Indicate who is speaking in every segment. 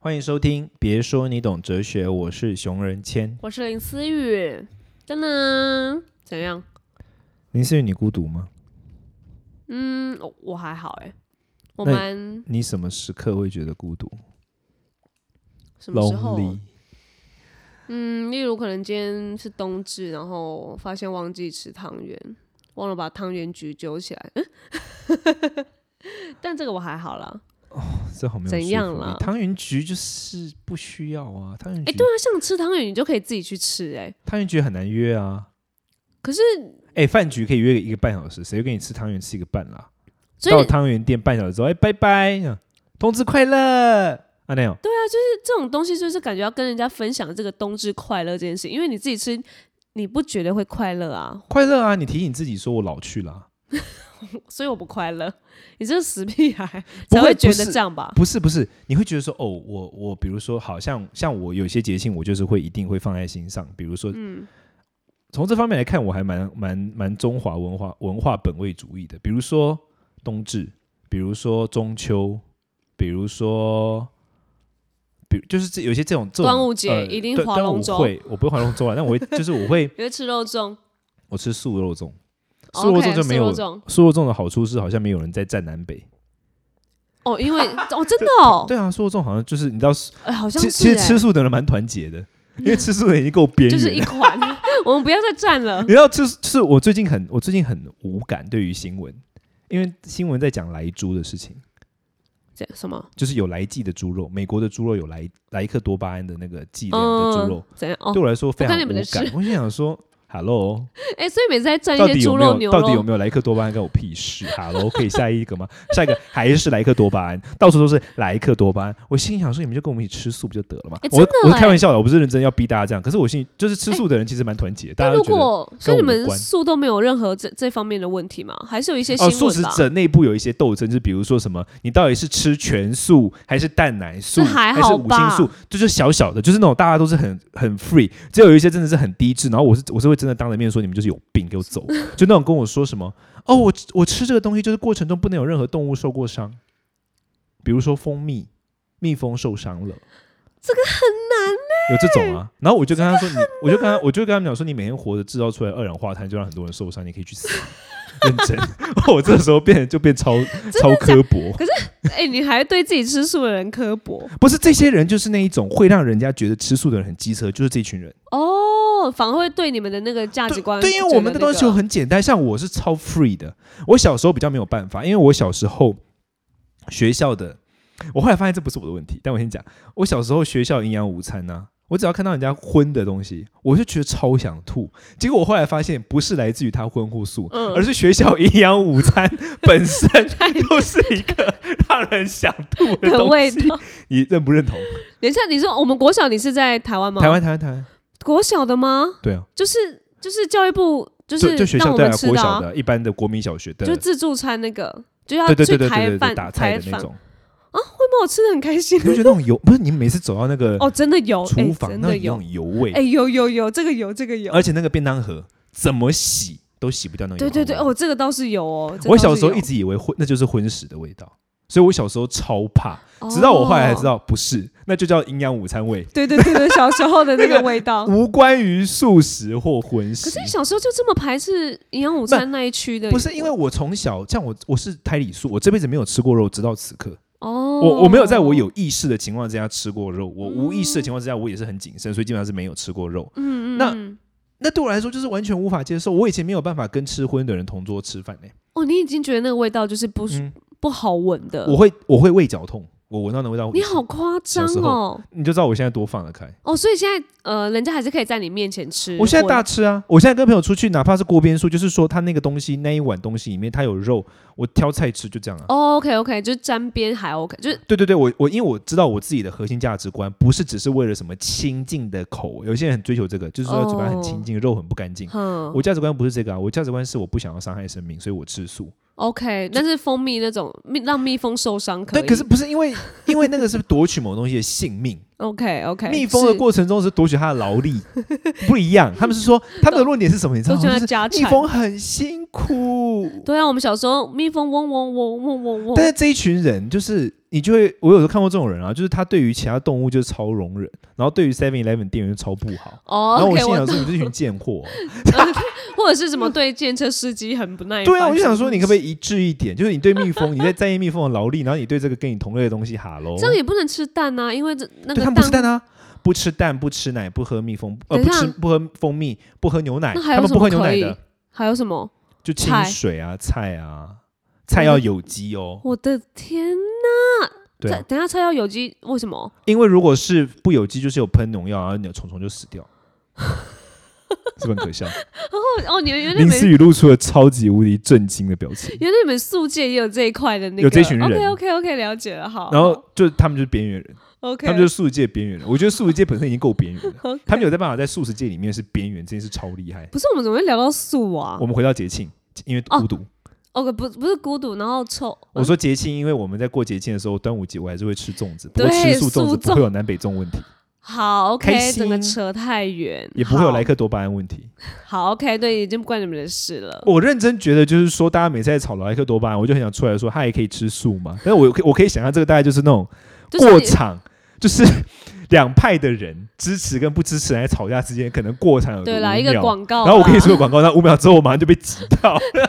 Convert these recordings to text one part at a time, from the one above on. Speaker 1: 欢迎收听，别说你懂哲学，我是熊仁谦。
Speaker 2: 我是林思雨，真的怎样？
Speaker 1: 林思雨，你孤独吗？
Speaker 2: 嗯，我我还好哎、我
Speaker 1: 那
Speaker 2: 蛮
Speaker 1: 你什么时刻会觉得孤独
Speaker 2: 什么时候？
Speaker 1: ？Lonely。
Speaker 2: 嗯，例如可能今天是冬至，然后发现忘记吃汤圆，忘了把汤圆局揪起来。 但这个我还好啦。
Speaker 1: 这好没有
Speaker 2: 怎
Speaker 1: 说服
Speaker 2: 样
Speaker 1: 力
Speaker 2: 啦
Speaker 1: 汤圆局就是不需要啊，汤圆局，
Speaker 2: 哎、对啊，像吃汤圆你就可以自己去吃哎、
Speaker 1: 汤圆局很难约啊。
Speaker 2: 可是
Speaker 1: 哎，饭局可以约一个半小时，谁会跟你吃汤圆吃一个半啦？
Speaker 2: 所以
Speaker 1: 到汤圆店半小时之后，哎，拜拜，嗯冬至快乐啊那样。
Speaker 2: 这种东西就是感觉要跟人家分享这个冬至快乐这件事，因为你自己吃你不觉得会快乐啊，
Speaker 1: 快乐啊！你提醒自己说我老去了啊、
Speaker 2: 所以我不快乐。 你这个死屁孩
Speaker 1: 不
Speaker 2: 才
Speaker 1: 会
Speaker 2: 觉
Speaker 1: 不
Speaker 2: 得
Speaker 1: 是
Speaker 2: 这样吧？
Speaker 1: 不是不是，你会觉得说哦，我我比如说，好像像我有些节庆，我就是会一定会放在心上。比如说，
Speaker 2: 嗯，
Speaker 1: 从这方面来看，我还蛮蛮蛮中华文化文化本位主义的。比如说冬至，比如说中秋，比如说，比就是这有些这种这种
Speaker 2: 端午节
Speaker 1: 呃
Speaker 2: 一定
Speaker 1: 对
Speaker 2: 划
Speaker 1: 端
Speaker 2: 龙
Speaker 1: 午
Speaker 2: 舟
Speaker 1: 会，我不会划龙舟啊，但我 会就是我会
Speaker 2: 因为吃肉粽，
Speaker 1: 我吃素肉粽，
Speaker 2: 哦
Speaker 1: 素肉
Speaker 2: OK，
Speaker 1: 粽就没
Speaker 2: 素
Speaker 1: 有
Speaker 2: 肉粽
Speaker 1: 素肉粽的好处是好像没有人在占南北。
Speaker 2: 哦，因为哦，真的 哦，
Speaker 1: 对啊，素肉粽好像就是你知道
Speaker 2: 哎，好像
Speaker 1: 其其
Speaker 2: 是
Speaker 1: 实
Speaker 2: 哎，
Speaker 1: 吃素的人蛮团结的，因为吃素的人已经够边
Speaker 2: 就是一
Speaker 1: 缘了。
Speaker 2: 款， 我们不要再 站了
Speaker 1: 你。知道，就是就是我最近很我最近很无感对于新闻，因为新闻在讲莱猪的事情，
Speaker 2: 这什么？
Speaker 1: 就是有来剂的猪肉，美国的猪肉有莱莱克多巴胺的那个剂量的猪
Speaker 2: 嗯
Speaker 1: 肉，，
Speaker 2: 怎样？哦
Speaker 1: 对，我来说非常
Speaker 2: 我看你
Speaker 1: 无
Speaker 2: 们的
Speaker 1: 感。我就想说，Hello，
Speaker 2: 哎，所以每次在站一
Speaker 1: 到底
Speaker 2: 些
Speaker 1: 有
Speaker 2: 猪
Speaker 1: 没
Speaker 2: 肉、
Speaker 1: 有
Speaker 2: 牛
Speaker 1: 到底有
Speaker 2: 肉，
Speaker 1: 没有莱克多巴胺跟我屁事？Hello，可以下一个吗？下一个还是莱克多巴胺，到处都是莱克多巴胺。我心里想说，你们就跟我们一起吃素不就得了吗？
Speaker 2: 诶
Speaker 1: 我
Speaker 2: 哎真的
Speaker 1: 我是开
Speaker 2: 诶
Speaker 1: 玩笑的，我不是认真要逼大家这样。可是我心里就是吃素的人其实蛮团结，大
Speaker 2: 但
Speaker 1: 家都
Speaker 2: 如
Speaker 1: 觉得
Speaker 2: 果所以你
Speaker 1: 跟我无
Speaker 2: 们
Speaker 1: 关
Speaker 2: 素都没有任何这这方面的问题吗？还是有一些
Speaker 1: 哦，
Speaker 2: 新
Speaker 1: 素
Speaker 2: 闻
Speaker 1: 食
Speaker 2: 吧？
Speaker 1: 者内部有一些斗争，就是比如说什么，你到底是吃全素还是蛋奶素，
Speaker 2: 这还
Speaker 1: 是
Speaker 2: 好
Speaker 1: 五星素
Speaker 2: 吧，
Speaker 1: 就是小小的，就是那种大家都是很很 free，只有一些真的是很低智，然后我是我是会真的当着面说你们就是有病，给我 走，就那种跟我说什么哦，我我吃这个东西就是过程中不能有任何动物受过伤，比如说蜂蜜，蜜蜂受伤了。有这种啊，然后我就跟他说，你，我就跟他，我就跟他们讲说，你每天活着制造出来二氧化碳，就让很多人受伤，你可以去死。认真， 我这时候变就变超超刻薄，
Speaker 2: 哎，你还对自己吃素的人刻薄
Speaker 1: 不是这些人就是那一种会让人家觉得吃素的人很机车，就是这群人。
Speaker 2: 哦，反而会对你们的那个价值观
Speaker 1: 对，因为
Speaker 2: 觉
Speaker 1: 我
Speaker 2: 得
Speaker 1: 们的
Speaker 2: 那
Speaker 1: 东西
Speaker 2: 个
Speaker 1: 很简单，像我是超 free 的。我小时候比较没有办法，因为我小时候学校的，我后来发现这不是我的问题。但我先讲，我小时候学校营养午餐呢、我只要看到人家荤的东西，我就觉得超想吐。结果我后来发现，不是来自于他荤或素，
Speaker 2: 嗯
Speaker 1: 而是学校营养午餐本身
Speaker 2: 太
Speaker 1: 就是一个让人想吐的
Speaker 2: 的
Speaker 1: 东
Speaker 2: 味
Speaker 1: 西。
Speaker 2: 道。
Speaker 1: 你认不认同？
Speaker 2: 等一下，你说哦我们国小你是在台湾吗？
Speaker 1: 台湾，台湾，台湾，
Speaker 2: 国小的吗？
Speaker 1: 对啊，
Speaker 2: 就是就是教育部就
Speaker 1: 就是就学
Speaker 2: 让
Speaker 1: 校
Speaker 2: 我
Speaker 1: 对
Speaker 2: 们
Speaker 1: 啊，
Speaker 2: 吃
Speaker 1: 国
Speaker 2: 的
Speaker 1: 小
Speaker 2: 啊，
Speaker 1: 的一般的国民小学的，啊
Speaker 2: 就自助餐那个，就要
Speaker 1: 对对
Speaker 2: 去
Speaker 1: 对对对
Speaker 2: 台
Speaker 1: 对对，
Speaker 2: 饭
Speaker 1: 打菜
Speaker 2: 台
Speaker 1: 的那
Speaker 2: 饭，
Speaker 1: 种。
Speaker 2: 会吗？我吃的很开心
Speaker 1: 你。不觉得那种油？不是你每次走到那个
Speaker 2: 哦，真的有，哎
Speaker 1: 厨房，
Speaker 2: 真
Speaker 1: 那
Speaker 2: 的
Speaker 1: 里有
Speaker 2: 有
Speaker 1: 那，种油味，
Speaker 2: 哎，有有有，这个有，这个有。
Speaker 1: 哦而且那个便当盒怎么洗都洗不掉那种油
Speaker 2: 对
Speaker 1: 味。
Speaker 2: 对对，哦，这个倒是有哦。这个
Speaker 1: 啊我
Speaker 2: 倒
Speaker 1: 小
Speaker 2: 是
Speaker 1: 时候
Speaker 2: 有
Speaker 1: 一，直以为荤，那就是荤食的味道，所以我小时候超怕，直到我后来才知
Speaker 2: 道。
Speaker 1: 道不是，那就叫营养午餐味，
Speaker 2: 哦对对对对，小时候的那
Speaker 1: 那
Speaker 2: 个
Speaker 1: 个
Speaker 2: 味道。
Speaker 1: 无关于素食或荤
Speaker 2: 哦可
Speaker 1: 食
Speaker 2: 是。你小时候就这么排斥营养午餐那一区的？
Speaker 1: 不是因为我从小像我我是胎里素，我这辈子没有吃过肉，直到此刻，
Speaker 2: 哦，
Speaker 1: 我我没有在我有意识的情况之下吃过肉，我无意识的情况之下我也是很谨慎，所以基本上是没有吃过肉。
Speaker 2: 嗯嗯
Speaker 1: 那
Speaker 2: 嗯
Speaker 1: 那对我来说就是完全无法接受。我以前没有办法跟吃荤的人同桌吃饭欸呢、
Speaker 2: 哦，你已经觉得那个味道就是不舒
Speaker 1: 嗯，
Speaker 2: 不好闻的。
Speaker 1: 我会我会胃绞痛，我闻到那味道，
Speaker 2: 你好，夸
Speaker 1: 小
Speaker 2: 张
Speaker 1: 时
Speaker 2: 哦！
Speaker 1: 你就知道我现在多放得开。
Speaker 2: 哦，所以现在呃，人家还是可以在你面前吃荤。
Speaker 1: 我现在大吃啊！我现在跟朋友出去，哪怕是锅边素，就是说他那个东西那一碗东西里面它有肉，我挑菜吃就这样啊。
Speaker 2: 哦，OK OK，就是沾边还 OK，就是
Speaker 1: 对对对，我我因为我知道我自己的核心价值观不是只是为了什么清净的口，有些人很追求这个，就是说嘴
Speaker 2: 哦
Speaker 1: 巴很清净，肉很不干净。
Speaker 2: 哼
Speaker 1: 我价值观不是这个啊，我价值观是我不想要伤害生命，所以我吃素。
Speaker 2: OK，但是蜂蜜那种蜜让蜜蜂受伤可以，
Speaker 1: 但可是不是因为因为那个是夺取某东西的性 命，
Speaker 2: OK OK，
Speaker 1: 蜜蜂的过程中是夺取它的劳力，不一样。他们是 说他们的论点是什么？你知道吗？
Speaker 2: 都觉得
Speaker 1: 就是
Speaker 2: 家
Speaker 1: 蜜
Speaker 2: 产
Speaker 1: 蜂很辛苦，
Speaker 2: 对啊，我们小时候蜜蜂嗡嗡嗡嗡嗡嗡，
Speaker 1: 但是这一群人就是你就会，我有时候看过这种人啊，就是他对于其他动物就是超容忍，然后对于 Seven Eleven 店员就超不好。
Speaker 2: 哦
Speaker 1: 然后我
Speaker 2: ，OK，
Speaker 1: 心
Speaker 2: 我
Speaker 1: 想说，你这群贱货啊、
Speaker 2: 或者是什么对电车司机很不耐烦。
Speaker 1: 对啊，我就想说，你可不可
Speaker 2: 以？
Speaker 1: 以一致一点？就是你对蜜蜂，你在在意蜜蜂的劳力，然后你对这个跟你同类的东西哈喽。
Speaker 2: 这样也不能吃蛋啊，因为这那
Speaker 1: 对
Speaker 2: 个
Speaker 1: 他们不吃蛋啊，不吃蛋，不吃奶，不喝蜜蜂，呃，
Speaker 2: 等
Speaker 1: 不
Speaker 2: 一下
Speaker 1: 吃不喝蜂蜜，不喝牛奶，
Speaker 2: 那还
Speaker 1: 他
Speaker 2: 有
Speaker 1: 们
Speaker 2: 什
Speaker 1: 不喝
Speaker 2: 么
Speaker 1: 牛
Speaker 2: 可
Speaker 1: 奶
Speaker 2: 以
Speaker 1: 的。？
Speaker 2: 还有什么？
Speaker 1: 就清
Speaker 2: 菜
Speaker 1: 水啊、菜啊，菜要有机哦。
Speaker 2: 我的天！
Speaker 1: 对啊
Speaker 2: 菜，等一下菜要有机，为什么？
Speaker 1: 因为如果是不有机，就是有喷农药，然后你的虫虫就死 掉，是不是很可笑？
Speaker 2: 哦哦，你们原来
Speaker 1: 林
Speaker 2: 你
Speaker 1: 思
Speaker 2: 们
Speaker 1: 雨露出了超级无敌震惊的表情，
Speaker 2: 原来你们素界也有这一块的那个，
Speaker 1: 有这群人
Speaker 2: OK OK OK，了解了，好。
Speaker 1: 然后就他们就是边缘人，
Speaker 2: 好哦 OK，
Speaker 1: 他们就是素食界边缘人。我觉得素食界本身已经够边缘了，
Speaker 2: OK
Speaker 1: 他们有在办法在素食界里面是边缘，这件事超厉害。
Speaker 2: 不是我们怎么会聊到素啊
Speaker 1: 我们回到节庆，因为
Speaker 2: 哦
Speaker 1: 孤独。
Speaker 2: ？OK，不不是孤独，然后臭。
Speaker 1: 我说节庆，因为我们在过节庆的时候，端午节我还是会吃粽子，不过
Speaker 2: 对
Speaker 1: 吃素粽子
Speaker 2: 素
Speaker 1: 不会有南北粽问题，
Speaker 2: 好
Speaker 1: 开
Speaker 2: ，OK，
Speaker 1: 心
Speaker 2: 整个扯太远，
Speaker 1: 也不会有
Speaker 2: 好
Speaker 1: 莱克多巴胺问题。
Speaker 2: 好，OK，对，已经不关你们的事了。
Speaker 1: 我认真觉得，就是说，大家每次在吵莱克多巴胺，我就很想出来说，他也可以吃素嘛。但是我可以我可以想象，这个大概就是那种
Speaker 2: 就是
Speaker 1: 过
Speaker 2: 你
Speaker 1: 场，就是 两派的人支持跟不支持来吵架之间，可能过场有
Speaker 2: 对
Speaker 1: 啦，
Speaker 2: 啦，一个广告啦。
Speaker 1: 然后我可以说个广告，那五秒之后我马上就被挤到。
Speaker 2: 对啊，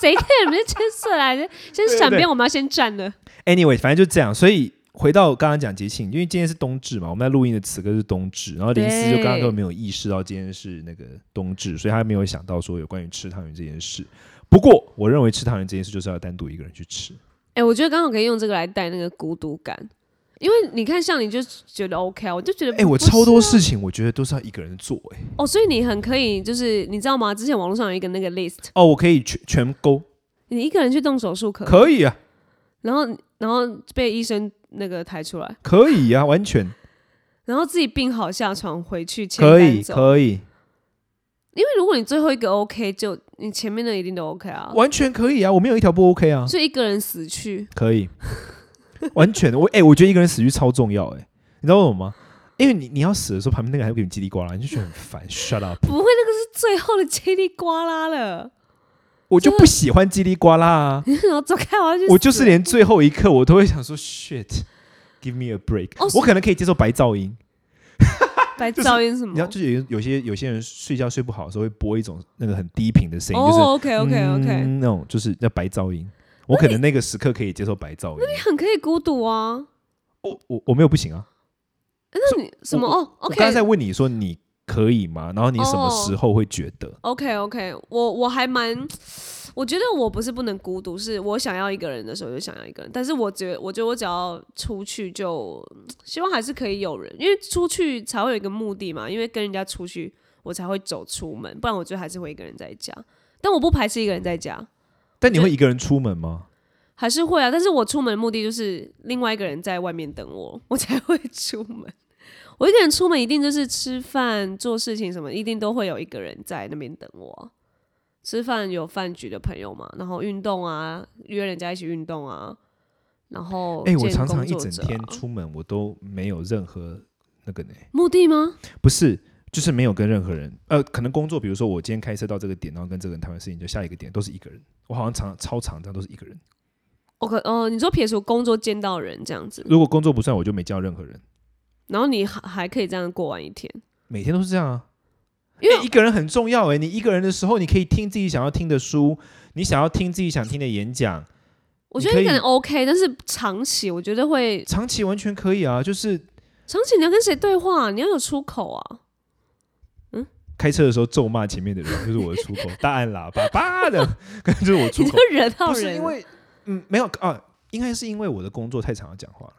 Speaker 2: 谁看你们这牵涉来的？先
Speaker 1: 对
Speaker 2: 闪
Speaker 1: 对
Speaker 2: 边，我们要先站了。
Speaker 1: anyway，反正就这样。所以回到刚刚讲节庆，因为今天是冬至嘛，我们在录音的此刻是冬至，然后林思就刚刚
Speaker 2: 对
Speaker 1: 根本没有意识到今天是那个冬至，所以他没有想到说有关于吃汤圆这件事。不过，我认为吃汤圆这件事就是要单独一个人去吃。
Speaker 2: 哎、我觉得刚好可以用这个来带那个孤独感，因为你看，像你就觉得 OK，啊，我就觉得
Speaker 1: 哎、
Speaker 2: 不
Speaker 1: 我
Speaker 2: 不是
Speaker 1: 超多事情，我觉得都是要一个人做、哎，
Speaker 2: 哦，所以你很可以，就是你知道吗？之前网络上有一个那个 list，
Speaker 1: 哦，我可以全全勾，
Speaker 2: 你一个人去动手术可以，
Speaker 1: 可以啊，
Speaker 2: 然后然后被医生那个抬出来，
Speaker 1: 可以啊，完全
Speaker 2: 然后自己病好下床回去签
Speaker 1: 可以，
Speaker 2: 单走。
Speaker 1: 可以，
Speaker 2: 因为如果你最后一个 OK，就你前面的一定都 OK 啊，
Speaker 1: 完全可以啊，我没有一条不 OK 啊，
Speaker 2: 所以一个人死去，
Speaker 1: 可以， 完全的。我哎、我觉得一个人死去超重要、哎，你知道为什么吗？因为你你要死的时候，旁边那个人还会给你叽里呱啦，你就觉得很烦。Shut up！
Speaker 2: 不会那个是最后的叽里呱啦了，
Speaker 1: 我就不喜欢叽里呱啦啊！
Speaker 2: 然后走开，我要去死。
Speaker 1: 我就是连最后一刻我都会想说 shit，give me a break。
Speaker 2: 哦
Speaker 1: 我可能可以接受白噪音，
Speaker 2: 白
Speaker 1: 就是
Speaker 2: 噪音什么，
Speaker 1: 你知道，就是有有些有些人睡觉睡不好的时候会播一种那个很低频的声音，就是
Speaker 2: 哦，OK OK OK，
Speaker 1: 嗯那种就是叫白噪音。我可能那个时刻可以接受白噪音，
Speaker 2: 很可以孤独啊。
Speaker 1: 我我我没有不行啊。
Speaker 2: 那你什么哦
Speaker 1: 我刚才在
Speaker 2: ？OK 哦
Speaker 1: 问你说你可以吗？然后你什么时候会觉得？
Speaker 2: OK OK，我我还蛮，我觉得我不是不能孤独，是我想要一个人的时候就想要一个人，但是我觉我觉得我只要出去就希望还是可以有人，因为出去才会有一个目的嘛，因为跟人家出去我才会走出门，不然我觉得还是会一个人在家。但我不排斥一个人在家，
Speaker 1: 但你会一个人出门吗？
Speaker 2: 还是会啊，但是我出门的目的就是另外一个人在外面等我， 我才会出门。我一个人出门一定就是吃饭、做事情什么，一定都会有一个人在那边等我。吃饭有饭局的朋友嘛，然后运动啊，约人家一起运动啊，然后
Speaker 1: 哎、我
Speaker 2: 见
Speaker 1: 常常
Speaker 2: 工
Speaker 1: 一
Speaker 2: 作
Speaker 1: 整
Speaker 2: 者啊
Speaker 1: 天出门，我都没有任何那个呢，
Speaker 2: 目的吗？
Speaker 1: 不是，就是没有跟任何人。呃，可能工作，比如说我今天开车到这个点，然后跟这个人谈完事情，就下一个点都是一个人。我好像常超常这样都是一个人。
Speaker 2: 我可哦，你说撇除工作见到人这样子，
Speaker 1: 如果工作不算，我就没叫任何人。
Speaker 2: 然后你还还可以这样过完一天，
Speaker 1: 每天都是这样啊。
Speaker 2: 因为
Speaker 1: 欸一个人很重要哎、你一个人的时候，你可以听自己想要听的书，你想要听自己想听的演讲，
Speaker 2: 我
Speaker 1: 你
Speaker 2: 觉
Speaker 1: 可
Speaker 2: 得一个
Speaker 1: 以
Speaker 2: 人 OK，但是长期我觉得会
Speaker 1: 长期完全可以啊。就是
Speaker 2: 长期你要跟谁对话，你要有出口啊。
Speaker 1: 开车的时候咒骂前面的人， 就是我的出口，大按喇叭叭的， 跟就是我出
Speaker 2: 你
Speaker 1: 口
Speaker 2: 就。惹到
Speaker 1: 不
Speaker 2: 人
Speaker 1: 是
Speaker 2: 了，
Speaker 1: 因为嗯，没有啊，应该是因为我的工作太常要讲话了，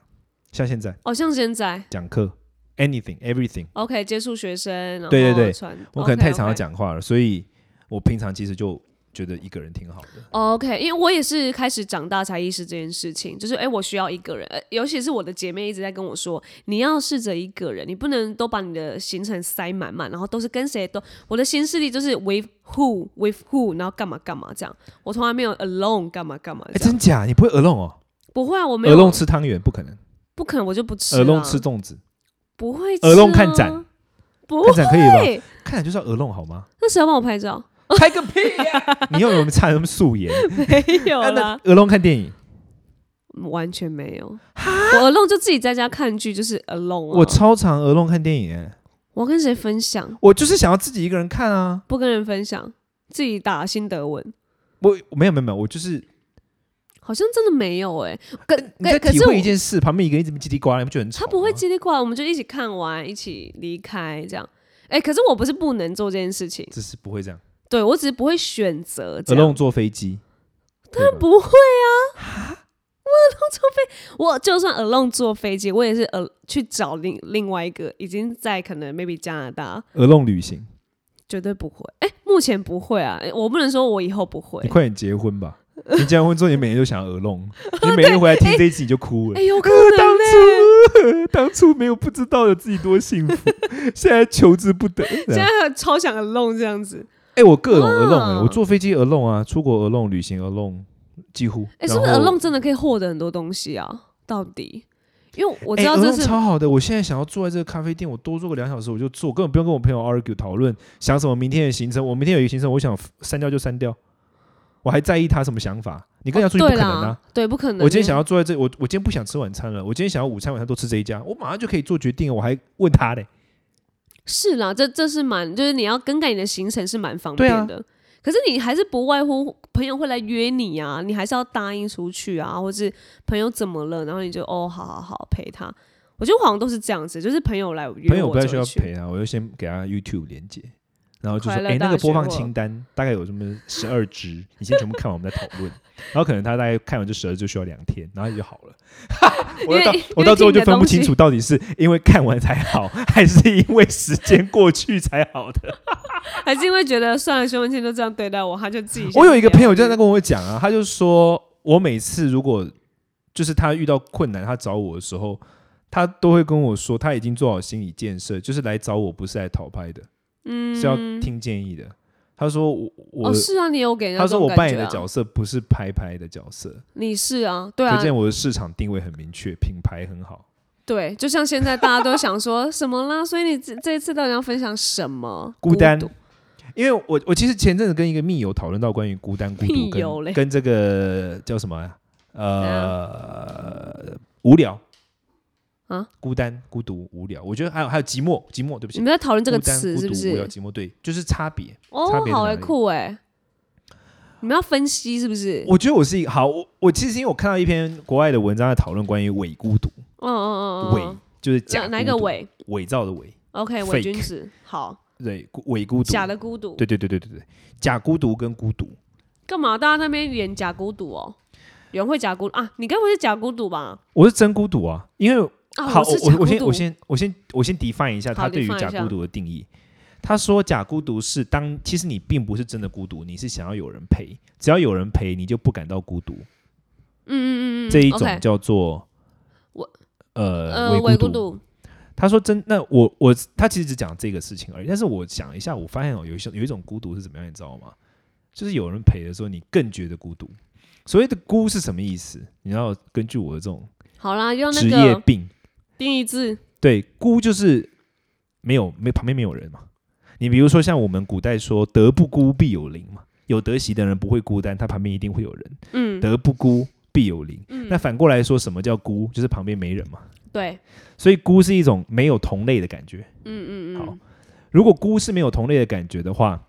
Speaker 1: 像现在
Speaker 2: 哦，像现在
Speaker 1: 讲课，anything everything，
Speaker 2: OK 接触学生，然后
Speaker 1: 对对对
Speaker 2: 传，
Speaker 1: 我可能太常要
Speaker 2: 要，
Speaker 1: 讲话了，所以我平常其实就觉得一个人挺好的。
Speaker 2: OK，因为我也是开始长大才意识这件事情，就是哎、诶我需要一个人、呃，尤其是我的姐妹一直在跟我说，你要试着一个人，你不能都把你的行程塞满满，然后都是跟谁都，我的新势力就是 with who with who，然后干嘛干嘛这样，我从来没有 alone 干嘛干嘛
Speaker 1: 哎、
Speaker 2: 这样，
Speaker 1: 真假？你不会 alone 哦
Speaker 2: 不会啊，我没有
Speaker 1: ？alone 吃汤圆不可能
Speaker 2: 不可能我就不吃、啊、
Speaker 1: ，alone 吃粽子，
Speaker 2: 不会吃、啊、
Speaker 1: alone 看展，
Speaker 2: 不
Speaker 1: 看展可哦以吧？
Speaker 2: 会，
Speaker 1: 看展就叫 alone 好 吗？
Speaker 2: 那谁要帮我拍照？
Speaker 1: 开个屁呀、 你又有我们差什么素颜？
Speaker 2: 没有
Speaker 1: 那
Speaker 2: 啦
Speaker 1: 那，alone 看电影，
Speaker 2: 完全没有，我 alone 就自己在家看剧，就是 alone 啊、
Speaker 1: 我超常 alone 看电影、哎，
Speaker 2: 我要跟谁分享？
Speaker 1: 我就是想要自己一个人看啊。
Speaker 2: 不跟人分享，自己打心得文，
Speaker 1: 我我没有没有没有，我就是
Speaker 2: 好像真的没有哎、可
Speaker 1: 你在
Speaker 2: 可可
Speaker 1: 体
Speaker 2: 是我
Speaker 1: 会一件事，旁边一个人一直叽里呱啦，你不觉得很吵
Speaker 2: 他
Speaker 1: 吗？
Speaker 2: 不会叽里呱啦，我们就一起看完，一起离开这样。哎、可是我不是不能做这件事情，
Speaker 1: 只是不会这样。
Speaker 2: 对我只是不会选择这样
Speaker 1: alone 坐飞机，
Speaker 2: 当然不会啊，我 alone 坐飞，我就算 alone 坐飞机，我也是呃去找另另外一个已经在可能 maybe 加拿大，
Speaker 1: alone 旅行，
Speaker 2: 绝对不会。哎、目前不会啊，诶我不能说我以后不会
Speaker 1: 你。快点结婚 吧。你结完婚之后，你每天都想要 alone，你每天回来听这一集你就哭了
Speaker 2: 哎、。有可
Speaker 1: 呃
Speaker 2: 能
Speaker 1: 当
Speaker 2: 呢、哎
Speaker 1: 初 当初没有不知道有自己多幸 福，现在求之不得。
Speaker 2: 现在超想 alone 这样子。
Speaker 1: 哎、我各种 alone，、
Speaker 2: 哇
Speaker 1: 哎，我坐飞机 alone 啊，出国 alone，旅行 alone，几乎。
Speaker 2: 哎、是不是
Speaker 1: 然后
Speaker 2: alone 真的可以获得很多东西啊？到底，因为我知
Speaker 1: 哎
Speaker 2: 道
Speaker 1: alone
Speaker 2: 这是、
Speaker 1: 超好的。我现在想要坐在这个咖啡店，我多坐个两小时，我就坐，根本不用跟我朋友 argue 讨论想什么明天的行程。我明天有一个行程，我想删掉就删掉，我还在意他什么想法。你跟人家出去
Speaker 2: 哦
Speaker 1: 不
Speaker 2: 对
Speaker 1: 可能啊
Speaker 2: 啦！，对，不可能。
Speaker 1: 我今天想要坐在这，我我今天不想吃晚餐了，我今天想要午餐晚餐都吃这一家，我马上就可以做决定，我还问他嘞。
Speaker 2: 是啦，这这是蛮，就是你要更改你的行程是蛮方
Speaker 1: 对啊
Speaker 2: 便的。可是你还是不外乎朋友会来约你啊，你还是要答应出去啊，或是朋友怎么了，然后你就哦，好好好陪他。我觉得好像都是这样子，就是朋友来约我，
Speaker 1: 朋友不太需要
Speaker 2: 我就去
Speaker 1: 陪啊他，我就先给他 YouTube 连接，然后就说
Speaker 2: 快：“乐
Speaker 1: 哎、那
Speaker 2: 大
Speaker 1: 个播
Speaker 2: 学
Speaker 1: 放
Speaker 2: 我
Speaker 1: 清单大概有这么十二支，你先全部看完，我们再讨论。”然后可能他大概看完这十二就需要两天，然后也就好了。 我
Speaker 2: 因为
Speaker 1: 到
Speaker 2: 因
Speaker 1: 我
Speaker 2: 为
Speaker 1: 到最后
Speaker 2: 听
Speaker 1: 就
Speaker 2: 你的
Speaker 1: 分不
Speaker 2: 东
Speaker 1: 清
Speaker 2: 西
Speaker 1: 楚到底是因为看完才好，还是因为时间过去才好的。
Speaker 2: 还是因为觉得算了，熊文倩都这样对待我，他就自己。
Speaker 1: 我有一个朋友就在那，跟我讲啊，他就说我每次如果就是他遇到困难，他找我的时候，他都会跟我说他已经做好心理建设，就是来找我不是来讨拍的。
Speaker 2: 嗯，
Speaker 1: 是要听建议的。他说我我、
Speaker 2: 哦，是啊，你有给人家
Speaker 1: 他说
Speaker 2: 这
Speaker 1: 我
Speaker 2: 种
Speaker 1: 扮
Speaker 2: 感
Speaker 1: 演
Speaker 2: 觉
Speaker 1: 的
Speaker 2: 啊
Speaker 1: 角色不是拍拍的角色，
Speaker 2: 你是啊，对啊
Speaker 1: 可，见我的市场定位很明确，品牌很好。
Speaker 2: 对，就像现在大家都想说什么啦，所以你这这一次到底要分享什么？
Speaker 1: 孤单
Speaker 2: 独
Speaker 1: 因为我我其实前阵子跟一个密友讨论到关于孤单、孤独
Speaker 2: 密友嘞
Speaker 1: 跟跟这个叫什么啊呃无聊
Speaker 2: 啊，
Speaker 1: 孤单、孤独、无聊。我觉得还有还有寂寞，寂寞，对不
Speaker 2: 你
Speaker 1: 起，
Speaker 2: 们在讨论这个
Speaker 1: 孤单
Speaker 2: 词
Speaker 1: 孤
Speaker 2: 是不
Speaker 1: 独无聊、
Speaker 2: 是？
Speaker 1: 寂寞，对，就是差别。
Speaker 2: 哦
Speaker 1: 差别，在
Speaker 2: 好
Speaker 1: 哪
Speaker 2: 哎，
Speaker 1: 里
Speaker 2: 酷哎，你们要分析是不是？
Speaker 1: 我觉得我是一个好，我我其实因为我看到一篇国外的文章在讨论关于伪孤独，
Speaker 2: 嗯嗯嗯嗯，
Speaker 1: 伪
Speaker 2: 嗯
Speaker 1: 就是
Speaker 2: 哪
Speaker 1: 假
Speaker 2: 哪一
Speaker 1: 孤
Speaker 2: 个
Speaker 1: 独
Speaker 2: 伪
Speaker 1: 伪造的伪，
Speaker 2: ？OK，伪
Speaker 1: Fake
Speaker 2: 君子，好，
Speaker 1: 对，孤伪孤独，
Speaker 2: 假的孤独，
Speaker 1: 对对对对对对，假孤独跟孤独，
Speaker 2: 干嘛？大家在那边演假孤独哦？有人会假孤啊？你该不会是假孤独吧？
Speaker 1: 我是真孤独啊，因为、
Speaker 2: 啊，
Speaker 1: 好，
Speaker 2: 是
Speaker 1: 我
Speaker 2: 假
Speaker 1: 我
Speaker 2: 孤
Speaker 1: 先
Speaker 2: 独
Speaker 1: 我，先我先我先 define 一下
Speaker 2: 好
Speaker 1: 他对于
Speaker 2: define 一
Speaker 1: 假
Speaker 2: 下
Speaker 1: 孤独的定义。他说假孤独是当其实你并不是真的孤独，你是想要有人陪，只要有人陪你就不感到孤独，
Speaker 2: 嗯嗯嗯嗯，
Speaker 1: 这一种
Speaker 2: OK，
Speaker 1: 叫做
Speaker 2: 我
Speaker 1: 呃
Speaker 2: 呃，伪
Speaker 1: 孤
Speaker 2: 孤。独，
Speaker 1: 他说真那我我他其实只讲这个事情而已，但是我想一下，我发现哦，有一些有一种孤独是怎么样，你知道吗？就是有人陪的时候，你更觉得孤独。所谓的孤是什么意思？你要根据我的这种
Speaker 2: 好啦，用
Speaker 1: 职
Speaker 2: 那
Speaker 1: 业
Speaker 2: 个
Speaker 1: 病，
Speaker 2: 定义字，
Speaker 1: 对孤就是没有没旁边没有人嘛。你比如说像我们古代说“德不孤必有邻”嘛，有德行的人不会孤单，他旁边一定会有人。
Speaker 2: 嗯，
Speaker 1: 德不孤必有邻。那反过来说，什么叫孤？就是旁边没人嘛。
Speaker 2: 对，
Speaker 1: 所以孤是一种没有同类的感觉。
Speaker 2: 嗯嗯嗯
Speaker 1: 好，如果孤是没有同类的感觉的话，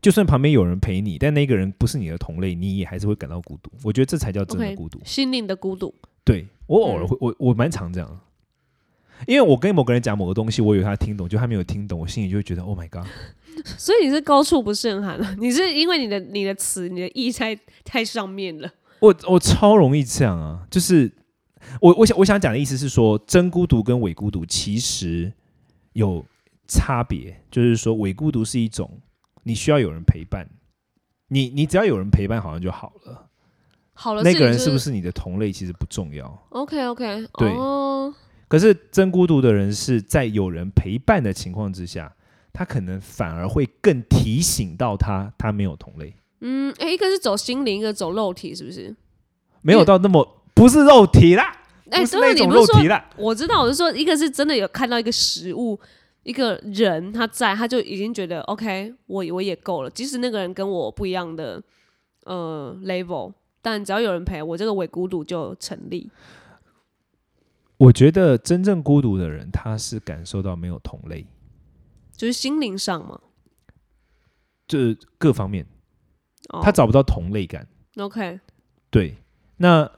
Speaker 1: 就算旁边有人陪你，但那个人不是你的同类，你也还是会感到孤独。我觉得这才叫真的
Speaker 2: OK
Speaker 1: 孤独。
Speaker 2: 心灵的孤独。
Speaker 1: 对我偶尔
Speaker 2: 嗯
Speaker 1: 会，我我蛮常这样，因为我跟某个人讲某个东西，我以为他听懂，就他没有听懂，我心里就会觉得 Oh my god，
Speaker 2: 所以你是高处不胜寒了， 你是因为你的你的词你的意在太上面了。
Speaker 1: 我我超容易这样啊，就是我我想我想讲的意思是说，真孤独跟伪孤独其实有差别，就是说伪孤独是一种你需要有人陪伴，你你只要有人陪伴，好像就好了。
Speaker 2: 好了，
Speaker 1: 那个人
Speaker 2: 是
Speaker 1: 是不是你的同类，其实不重要。
Speaker 2: OK OK？
Speaker 1: 对
Speaker 2: 哦，
Speaker 1: 可是真孤独的人是在有人陪伴的情况之下，他可能反而会更提醒到他，他没有同类，
Speaker 2: 嗯，哎，一个是走心灵，一个走肉体，是不是？
Speaker 1: 没有到那么不是肉体啦，
Speaker 2: 哎，
Speaker 1: 不是
Speaker 2: 对了，
Speaker 1: 那
Speaker 2: 你
Speaker 1: 种
Speaker 2: 不是
Speaker 1: 肉
Speaker 2: 说
Speaker 1: 体啦，
Speaker 2: 我知道，我是说，一个是真的有看到一个食物，一个人他在，他就已经觉得 OK，我我也够了。即使那个人跟我不一样的呃 level，但只要有人陪我，这个伪孤独就成立。
Speaker 1: 我觉得真正孤独的人，他是感受到没有同类，
Speaker 2: 就是心灵上嘛。
Speaker 1: 就是各方面
Speaker 2: 哦、
Speaker 1: 他找不到同类感。
Speaker 2: OK，
Speaker 1: 对，那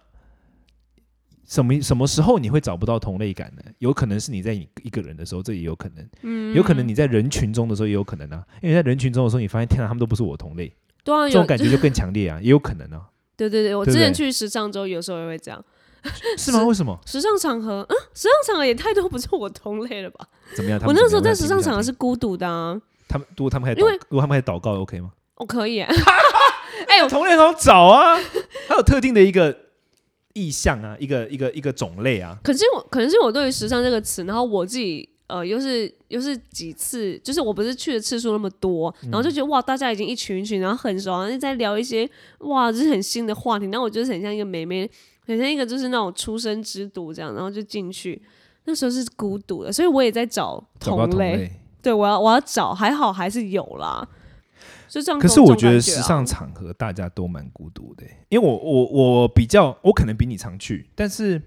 Speaker 1: 什么什么时候你会找不到同类感呢？有可能是你在你一个人的时候，这也有可能；
Speaker 2: 嗯，
Speaker 1: 有可能你在人群中的时候也有可能啊。因为在人群中的时候，你发现天啊，他们都不是我同类，
Speaker 2: 对啊，
Speaker 1: 这
Speaker 2: 有
Speaker 1: 种感觉就更强烈啊，也有 可能 啊，
Speaker 2: 对对对，我
Speaker 1: 对
Speaker 2: 之
Speaker 1: 不
Speaker 2: 前
Speaker 1: 对
Speaker 2: 去时尚周有时候也会这样，
Speaker 1: 是吗？为什么？
Speaker 2: 时尚场合，嗯，时尚场合也太多不是我同类了吧？
Speaker 1: 怎么样？他
Speaker 2: 我
Speaker 1: 们
Speaker 2: 那时
Speaker 1: 怎
Speaker 2: 候
Speaker 1: 么
Speaker 2: 在
Speaker 1: 样
Speaker 2: 时尚场合，
Speaker 1: 听
Speaker 2: 是孤独的啊，
Speaker 1: 不想听他们如果他们还
Speaker 2: 因为
Speaker 1: 祷如果他们还祷告，OK 吗？
Speaker 2: 我、可以、欸， 哎、我
Speaker 1: 同类很好找 啊，它有特定的一个意向啊，一个一个一个种类啊。
Speaker 2: 可是我，可能是我对于时尚这个词，然后我自己呃，又是又是几次，就是我不是去的次数那么多，然后就觉得哇，大家已经一群一群，然后很熟，然后在聊一些哇，就是很新的话题，然后我就是很像一个妹妹，很像一个就是那种出生之犊这样，然后就进去。那时候是孤独的，所以我也在找
Speaker 1: 找不到
Speaker 2: 类。
Speaker 1: 同类，
Speaker 2: 对我要我要找，还好还是有啦。就这样、
Speaker 1: 可是我觉得时
Speaker 2: 啊
Speaker 1: 尚场合大家都蛮孤独的欸、因为我我我比较，我可能比你常去，但 是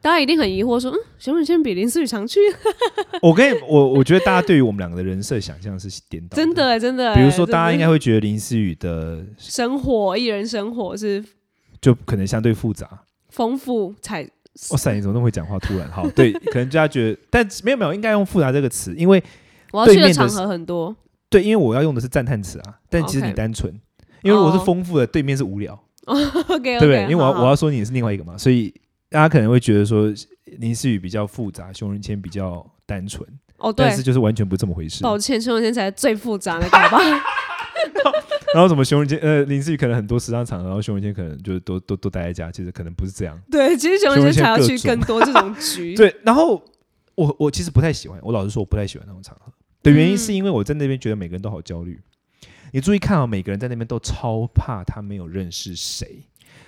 Speaker 2: 大家一定很疑惑说，嗯，熊女仙比林思雨常去，
Speaker 1: 我跟你我我觉得大家对于我们两个的人设想象是颠倒，
Speaker 2: 真。的、欸、真的欸、
Speaker 1: 比如说，大家应
Speaker 2: 真的
Speaker 1: 该会觉得林思雨的
Speaker 2: 生活艺人生活是
Speaker 1: 就可能相对复杂。
Speaker 2: 丰富彩，
Speaker 1: 哇塞，你怎么那么会讲话？突然，好，对，可能大家觉得，但没有没有，应该用复杂这个词，因为
Speaker 2: 我要去
Speaker 1: 对面
Speaker 2: 的
Speaker 1: 的
Speaker 2: 场
Speaker 1: 是
Speaker 2: 合很多，
Speaker 1: 对，因为我要用的是赞叹词啊，但其实
Speaker 2: 哦 OK
Speaker 1: 你单纯，因为我是
Speaker 2: 哦
Speaker 1: 丰富的，对面是无聊。
Speaker 2: OK，, o
Speaker 1: 对
Speaker 2: k
Speaker 1: 不对？因为我要
Speaker 2: 好
Speaker 1: 我要说你是另外一个嘛，所以大家可能会觉得说林思雨比较复杂，熊仁谦比较单纯，
Speaker 2: 哦对
Speaker 1: 但，是就是完全不这么回事。
Speaker 2: 抱歉，熊先才最复杂的， 搞吧，
Speaker 1: 然后什么熊仁谦呃林思雨可能很多时尚场合，然后熊仁谦可能就都都都待在家，其实可能不是这样。
Speaker 2: 对，其实熊先
Speaker 1: 先
Speaker 2: 才要
Speaker 1: 各
Speaker 2: 去
Speaker 1: 种
Speaker 2: 更多这种局，
Speaker 1: 对，然后我我其实不太喜欢，我老实说我不太喜欢那种场合的原因
Speaker 2: 嗯
Speaker 1: 是因为我在那边觉得每个人都好焦虑。你注意看啊、每个人在那边都超怕他没有认识谁。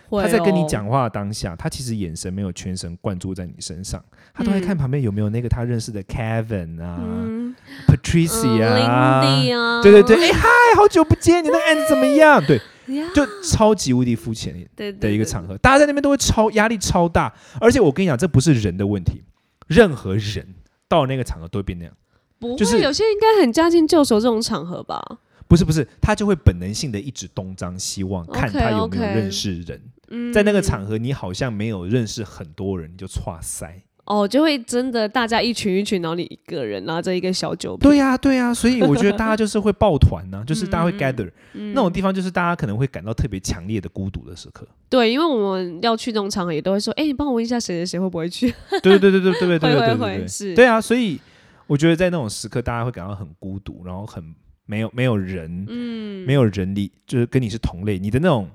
Speaker 2: 会哦，
Speaker 1: 他在跟你讲啊话的当下，他其实眼神没有全神贯注在你身上，他都在看旁边有没有那个他认识的 Kevin 啊、
Speaker 2: 嗯，
Speaker 1: Patricia 啊。
Speaker 2: 嗯，Lindy 啊，
Speaker 1: 对对对，哎、嗨，好久不见，你那个案子怎么样？对，
Speaker 2: 呀，
Speaker 1: 就超级无敌肤浅
Speaker 2: 对
Speaker 1: 的一个
Speaker 2: 对
Speaker 1: 场合，大家在那边都会超压力超大，而且我跟你讲，这不是人的问题，任何人到了那个场合都会变那样，
Speaker 2: 不
Speaker 1: 就
Speaker 2: 会，
Speaker 1: 是
Speaker 2: 有些应该很驾轻就熟这种场合吧，
Speaker 1: 不是不是，他就会本能性的一直东张西望，看他有没有
Speaker 2: OK，OK
Speaker 1: 认识人，
Speaker 2: 嗯，
Speaker 1: 在那个场合你好像没有认识很多人，你就歘塞。
Speaker 2: 哦，就会真的大家一群一群，然后你一个人拿着一个小酒瓶，
Speaker 1: 对呀、对呀、所以我觉得大家就是会抱团呐、就是大家会 gather、
Speaker 2: 嗯
Speaker 1: 那种地方，就是大家可能会感到特别强烈的孤独的时刻。
Speaker 2: 对，因为我们要去这种场合，也都会说，哎、你帮我问一下谁谁谁会不会去，
Speaker 1: 对对对对对对对对
Speaker 2: 会会
Speaker 1: 对
Speaker 2: 会
Speaker 1: 对
Speaker 2: 是
Speaker 1: 对，对啊，所以我觉得在那种时刻，大家会感到很孤独，然后很没有没有人，
Speaker 2: 嗯，
Speaker 1: 没有人理，就是跟你是同类，你的那种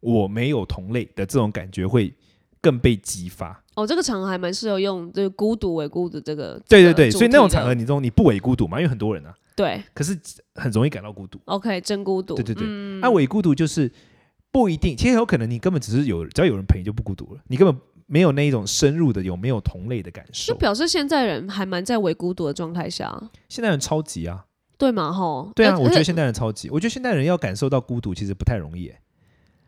Speaker 1: 我没有同类的这种感觉会更被激发。
Speaker 2: 哦，这个场合还蛮适合用这个孤独为孤独这个，
Speaker 1: 对对
Speaker 2: 这个
Speaker 1: 对，
Speaker 2: 主
Speaker 1: 所以那种
Speaker 2: 题的
Speaker 1: 场合，你这种你不伪孤独嘛，因为很多人啊，
Speaker 2: 对
Speaker 1: 可是很容易感到孤独。
Speaker 2: ，OK，真孤独，
Speaker 1: 对对对
Speaker 2: 嗯
Speaker 1: 那、伪孤独就是不一定，其实有可能你根本只是有，只要有人陪你就不孤独了，你根本没有那一种深入的有没有同类的感
Speaker 2: 就
Speaker 1: 受。
Speaker 2: 表示现在人还蛮在伪孤独的状态下，
Speaker 1: 现代人超级啊，
Speaker 2: 对嘛吼？呃
Speaker 1: 对啊，
Speaker 2: 而
Speaker 1: 我觉
Speaker 2: 而
Speaker 1: 得现代人超级，我觉得现代人要感受到孤独其实不太容易欸、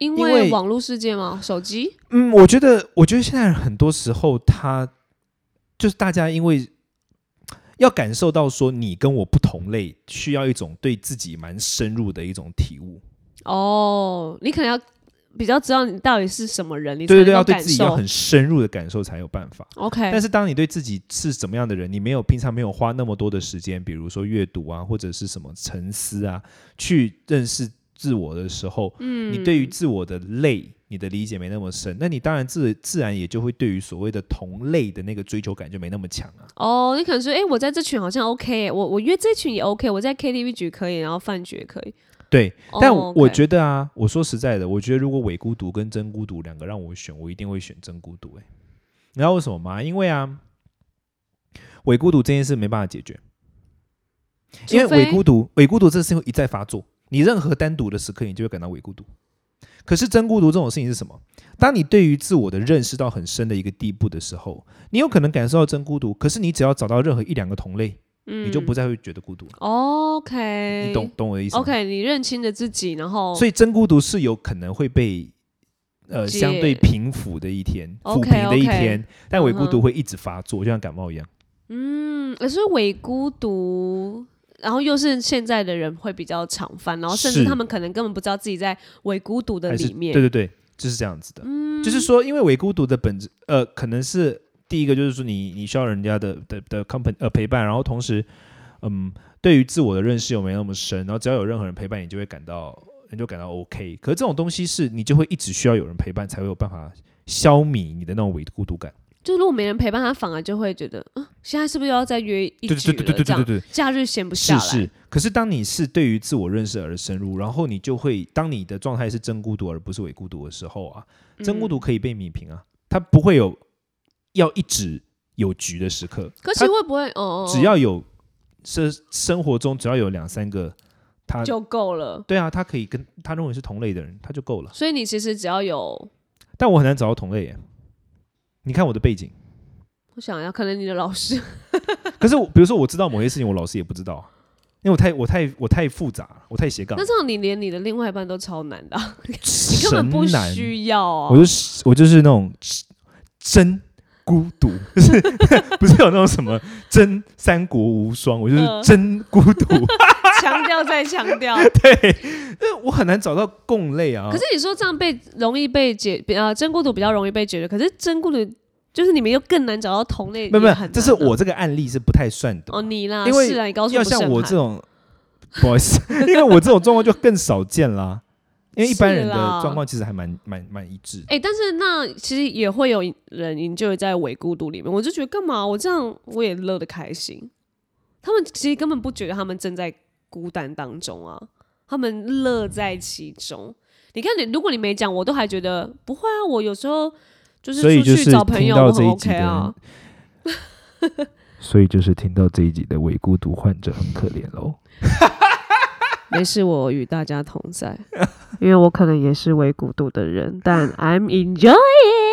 Speaker 2: 因
Speaker 1: 因
Speaker 2: 为
Speaker 1: 为
Speaker 2: 网络世界嘛，手机，
Speaker 1: 嗯，我觉得，我觉得现代人很多时候他就是大家因为。要感受到说你跟我不同类，需要一种对自己蛮深入的一种体悟。
Speaker 2: 哦，你可能要比较知道你到底是什么人，你才
Speaker 1: 对对对，
Speaker 2: 能
Speaker 1: 要
Speaker 2: 够
Speaker 1: 对
Speaker 2: 感
Speaker 1: 自己要
Speaker 2: 受。
Speaker 1: 很深入的感受才有办法。
Speaker 2: OK，
Speaker 1: 但是当你对自己是怎么样的人，你没有平常没有花那么多的时间，比如说阅读啊，或者是什么沉思啊，去认识自我的时候，
Speaker 2: 嗯，
Speaker 1: 你对于自我的类，你的理解没那么深，那你当然自自然也就会对于所谓的同类的那个追求感就没那么强啊。
Speaker 2: 哦，你可能说，哎、我在这群好像 OK，欸我我约这群也 OK，我在 KTV 局可以，然后饭局也可以，
Speaker 1: 对，
Speaker 2: 哦
Speaker 1: 但
Speaker 2: ，OK
Speaker 1: 我觉得啊，我说实在的，我觉得如果伪孤独跟真孤独两个让我选，我一定会选真孤独、欸。哎，你知道为什么吗？因为啊，伪孤独这件事没办法解决，因为
Speaker 2: 除非
Speaker 1: 伪孤独，伪孤独这个事情会一再发作。你任何单独的时刻，你就会感到伪孤独。可是真孤独这种事情是什么？当你对于自我的认识到很深的一个地步的时候，你有可能感受到真孤独。可是你只要找到任何一两个同类，
Speaker 2: 嗯，
Speaker 1: 你就不再会觉得孤独了。
Speaker 2: OK，
Speaker 1: 你懂懂我的意思吗
Speaker 2: OK，你认清了自己，然后
Speaker 1: 所以真孤独是有可能会被呃
Speaker 2: 解
Speaker 1: 相对平复的一天，抚
Speaker 2: OK，
Speaker 1: 平的一
Speaker 2: OK
Speaker 1: 天，但伪孤
Speaker 2: 嗯
Speaker 1: 独会一直发作，就像感冒一样。
Speaker 2: 嗯，呃所以伪孤独，然后又是现在的人会比较常犯，然后甚至
Speaker 1: 是
Speaker 2: 他们可能根本不知道自己在伪孤独的
Speaker 1: 还是
Speaker 2: 里面。
Speaker 1: 对对对，就是这样子的。就是说，因为伪孤独的本质，呃，可能是第一个就是说你你需要人家的的的 company 呃陪伴，然后同时，嗯，对于自我的认识又没那么深，然后只要有任何人陪伴，你就会感到你就感到 OK。可是这种东西是你就会一直需要有人陪伴，才会有办法消弭你的那种伪孤独感。
Speaker 2: 就如果没人陪伴他，反而就会觉得，嗯，现在是不是又要再约一
Speaker 1: 对对
Speaker 2: 局了？
Speaker 1: 对对对对
Speaker 2: 这
Speaker 1: 对
Speaker 2: 样
Speaker 1: 对。
Speaker 2: 假日闲不下
Speaker 1: 是
Speaker 2: 来。
Speaker 1: 是，可是当你是对于自我认识而深入，然后你就会，当你的状态是真孤独而不是伪孤独的时候啊，
Speaker 2: 嗯
Speaker 1: 真孤独可以被弭平啊，它不会有要一直有局的时刻，
Speaker 2: 可是会不会哦？哦
Speaker 1: 只要有生生活中只要有两三个他，
Speaker 2: 哦就够了。
Speaker 1: 对啊，他可以跟他认为是同类的人，他就够了。
Speaker 2: 所以你其实只要有，
Speaker 1: 但我很难找到同类耶，你看我的背 景，
Speaker 2: 我想要，可能你的 老师，
Speaker 1: 啊可是我比如说我知道某些事情，我老师也不知道啊，因为我太我太我太复杂了，我太斜杠
Speaker 2: 那，这样你连你的另外一半都超难的啊、 你根本
Speaker 1: 神
Speaker 2: 不
Speaker 1: 难。
Speaker 2: 需要啊。
Speaker 1: 我就是我就是那种真孤独，就是 不是有那种什么真三国无双，我就是
Speaker 2: 嗯
Speaker 1: 真孤独。
Speaker 2: 强调再强调。
Speaker 1: 对，因为我很难找到共类啊
Speaker 2: 可。是你说这样被容易被解，比呃，真孤独比较容易被解决，可是真孤独就是你们又更难找到同类，
Speaker 1: 没有没
Speaker 2: 也
Speaker 1: 有
Speaker 2: 很，难
Speaker 1: 这是
Speaker 2: 啊
Speaker 1: 我这个案例是不太算的。
Speaker 2: 哦你啦，
Speaker 1: 因为
Speaker 2: 是啦，你告诉
Speaker 1: 要
Speaker 2: 不胜
Speaker 1: 像我
Speaker 2: 寒
Speaker 1: 这种，不好意思，因为我这种状况就更少见啦。因为一般人的
Speaker 2: 是啦
Speaker 1: 状况其实还蛮蛮蛮一致的。
Speaker 2: 哎、但是那其实也会有人营救在伪孤独里面，我就觉得干嘛我这样我也乐得开心，他们其实根本不觉得他们正在孤单当中啊，他们乐在其中。你看你，如果你没讲，我都还觉得不会啊，我有时候就是
Speaker 1: 所以
Speaker 2: 出
Speaker 1: 就
Speaker 2: 去
Speaker 1: 是
Speaker 2: 找朋
Speaker 1: 听
Speaker 2: 友
Speaker 1: 到
Speaker 2: 我
Speaker 1: 这
Speaker 2: 很
Speaker 1: 一
Speaker 2: OK
Speaker 1: 集的人
Speaker 2: 啊，
Speaker 1: 所以就是听到这一集的伪孤独患者很可怜喽。
Speaker 2: 没事，我与大家同在， 因为我可能也是伪孤独的 人，但 I'm enjoy。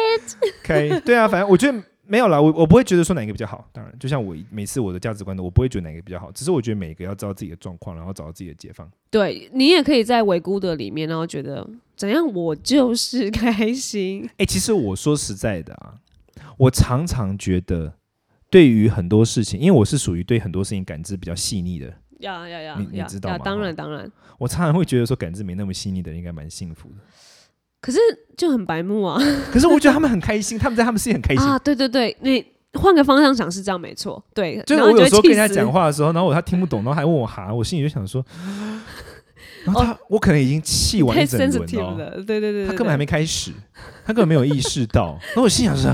Speaker 1: OK，对啊，反正我觉得没有啦，我我不会觉得说哪个比较好。当然，就像我每次我的价值观的，我不会觉得哪个比较好，只是我觉得每个要知道自己的状况，然后找到自己的解放。
Speaker 2: 对你也可以在伪孤独里面，然后觉得怎样，我就是开心。
Speaker 1: 哎、其实我说实在的啊，我常常觉得。对于很多事情，因为我是属于对很多事情感知比较细腻的，
Speaker 2: 呀呀呀
Speaker 1: 你你
Speaker 2: 呀
Speaker 1: 知道
Speaker 2: 呀
Speaker 1: 吗
Speaker 2: 当然当然，
Speaker 1: 我常常会觉得说感知没那么细腻的人应该蛮幸福的。
Speaker 2: 可是就很白目啊
Speaker 1: 可是我觉得他们很开心，他们在他们自己很开心。
Speaker 2: 啊！对对对，你换个方向想是这样没错，对。
Speaker 1: 就是
Speaker 2: 然
Speaker 1: 我
Speaker 2: 后
Speaker 1: 有
Speaker 2: 你
Speaker 1: 时
Speaker 2: 就
Speaker 1: 候
Speaker 2: 会气
Speaker 1: 跟
Speaker 2: 死
Speaker 1: 人家讲话的时候，然后我他听不懂，然后还问我哈，我心里就想 说，然后他、我可能已经气完
Speaker 2: 哦太
Speaker 1: 一整轮
Speaker 2: sensitive
Speaker 1: 哦
Speaker 2: 了，对对对对，
Speaker 1: 他根本还没开始，他根本没有意识 到。然后我心想是，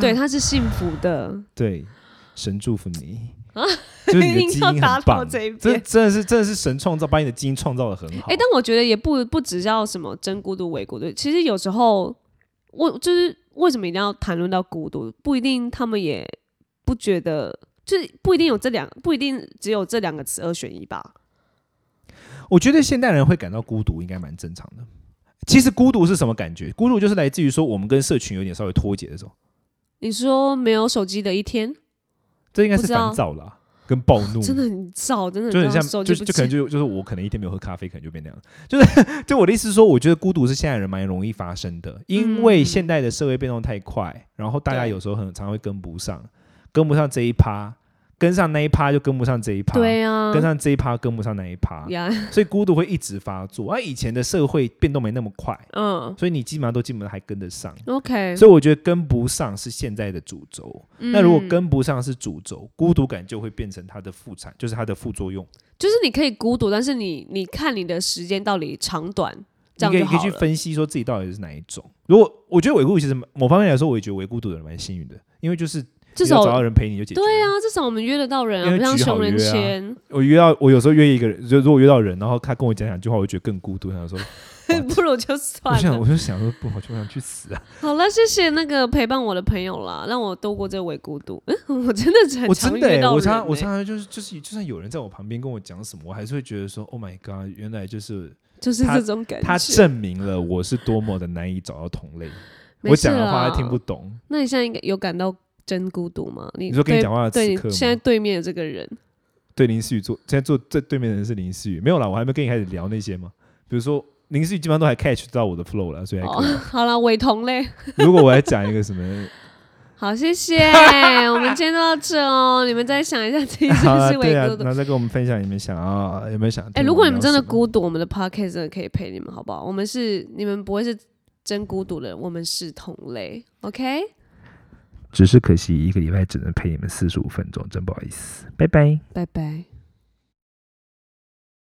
Speaker 2: 对对，他是幸福的，
Speaker 1: 对，神祝福你，就是 你的基因
Speaker 2: 啊硬要打
Speaker 1: 很
Speaker 2: 到
Speaker 1: 棒，
Speaker 2: 这一边
Speaker 1: 真真的是真的是神创造，把你的基因创造的很好。
Speaker 2: 哎、但我觉得也不不只叫什么真孤独伪孤独，其实有时候我就是为什么一定要谈论到孤独，不一定他们也不觉得，就是不一定有这两，不一定只有这两个词二选一吧。
Speaker 1: 我觉得现代人会感到孤独，应该蛮正常的。其实孤独是什么感觉？孤独就是来自于说我们跟社群有点稍微脱节的时候，
Speaker 2: 你说没有手机的一天，
Speaker 1: 嗯这应该是
Speaker 2: 不知道
Speaker 1: 烦躁啦，跟暴怒，
Speaker 2: 真的很燥，真的
Speaker 1: 就很
Speaker 2: 让
Speaker 1: 像，
Speaker 2: 手
Speaker 1: 就
Speaker 2: 机
Speaker 1: 就
Speaker 2: 不
Speaker 1: 就可能
Speaker 2: 见
Speaker 1: 就 就是我可能一天没有喝咖啡，可能就变那样。就是 就我的意思是说，我觉得孤独是现代人蛮容易发生的，因为
Speaker 2: 嗯
Speaker 1: 现代的社会变动太快，然后大家
Speaker 2: 对
Speaker 1: 有时候很常会跟不上，跟不上这一趴，跟上那一趴就跟不上这一趴，
Speaker 2: 对啊，
Speaker 1: 跟上这一趴跟不上那一趴，
Speaker 2: 呀，
Speaker 1: 所以孤独会一直发作。而以前的社会变动没那么快，
Speaker 2: 嗯
Speaker 1: 所以你基本上都基本上还跟得上。
Speaker 2: ，OK，
Speaker 1: 所以我觉得跟不上是现在的主轴，那如果
Speaker 2: 嗯
Speaker 1: 跟不上是主轴，孤独感就会变成它的副产，就是它的副作用。
Speaker 2: 就是你可以孤独，但是你你看你的时间到底长短，这
Speaker 1: 你
Speaker 2: 样
Speaker 1: 可以你可以
Speaker 2: 就好
Speaker 1: 去
Speaker 2: 了。
Speaker 1: 分析说自己到底是哪一种。如果我觉得伪孤独，其实某方面来说，我也觉得伪孤独的人蛮幸运的，因为就是
Speaker 2: 至
Speaker 1: 你要
Speaker 2: 少
Speaker 1: 找到人陪你就解决。
Speaker 2: 对啊，至少我们约得到人啊，
Speaker 1: 因为
Speaker 2: 不像
Speaker 1: 局好
Speaker 2: 熊仁
Speaker 1: 约啊
Speaker 2: 谦，
Speaker 1: 我约到我有时候约一个人，就如果约到人，然后他跟我讲两句话，我就觉得更孤独，想 说，
Speaker 2: 不如就
Speaker 1: 我
Speaker 2: 算
Speaker 1: 想
Speaker 2: 了。
Speaker 1: 我就想说不好，就想去死啊！
Speaker 2: 好了，谢谢那个陪伴我的朋友啦，让我度过这伪孤独。嗯， 我真的很
Speaker 1: 我
Speaker 2: 常
Speaker 1: 真的、
Speaker 2: 约
Speaker 1: 欸，
Speaker 2: 到
Speaker 1: 我
Speaker 2: 人
Speaker 1: 常我
Speaker 2: 欸
Speaker 1: 常常就是就是，就算有人在我旁边跟我讲什么，我还是会觉得说，Oh my god，原来就是
Speaker 2: 就是
Speaker 1: 他
Speaker 2: 这种感觉。
Speaker 1: 他证明了我是多么的难以找到同类。
Speaker 2: 没
Speaker 1: 我
Speaker 2: 事啊
Speaker 1: 讲的话
Speaker 2: 啦
Speaker 1: 他听不。懂，
Speaker 2: 那你现在应该有感到真孤独吗？你
Speaker 1: 你说跟你
Speaker 2: 对
Speaker 1: 讲话的
Speaker 2: 对
Speaker 1: 此
Speaker 2: 你
Speaker 1: 刻
Speaker 2: 现在
Speaker 1: 吗？
Speaker 2: 对面的这个人，
Speaker 1: 对林思雨坐，现在坐最对面的人是林思雨，没有啦，我还没跟你开始聊那些嘛。比如说林思雨基本上都还 catch 到我的 flow 了，所以还
Speaker 2: 哦
Speaker 1: 可以。，
Speaker 2: 好了，伟同类，
Speaker 1: 如果我还讲一个什 么，
Speaker 2: 好，谢谢，我们今天就到这哦，你们再想一下自己是
Speaker 1: 好
Speaker 2: 不
Speaker 1: 啦
Speaker 2: 是
Speaker 1: 对啊，
Speaker 2: 伪孤独
Speaker 1: 然。后再跟我们分享你们想啊，有没有想？
Speaker 2: 哎、如果你们真的
Speaker 1: 孤，
Speaker 2: 孤独，我们的 podcast 真的可以陪你们，好不好？我们是你们不会是真孤独的人，我们是同类，OK？
Speaker 1: 只是可惜一个礼拜只能陪你们四十五分钟，真不好意思，拜拜。
Speaker 2: 拜拜。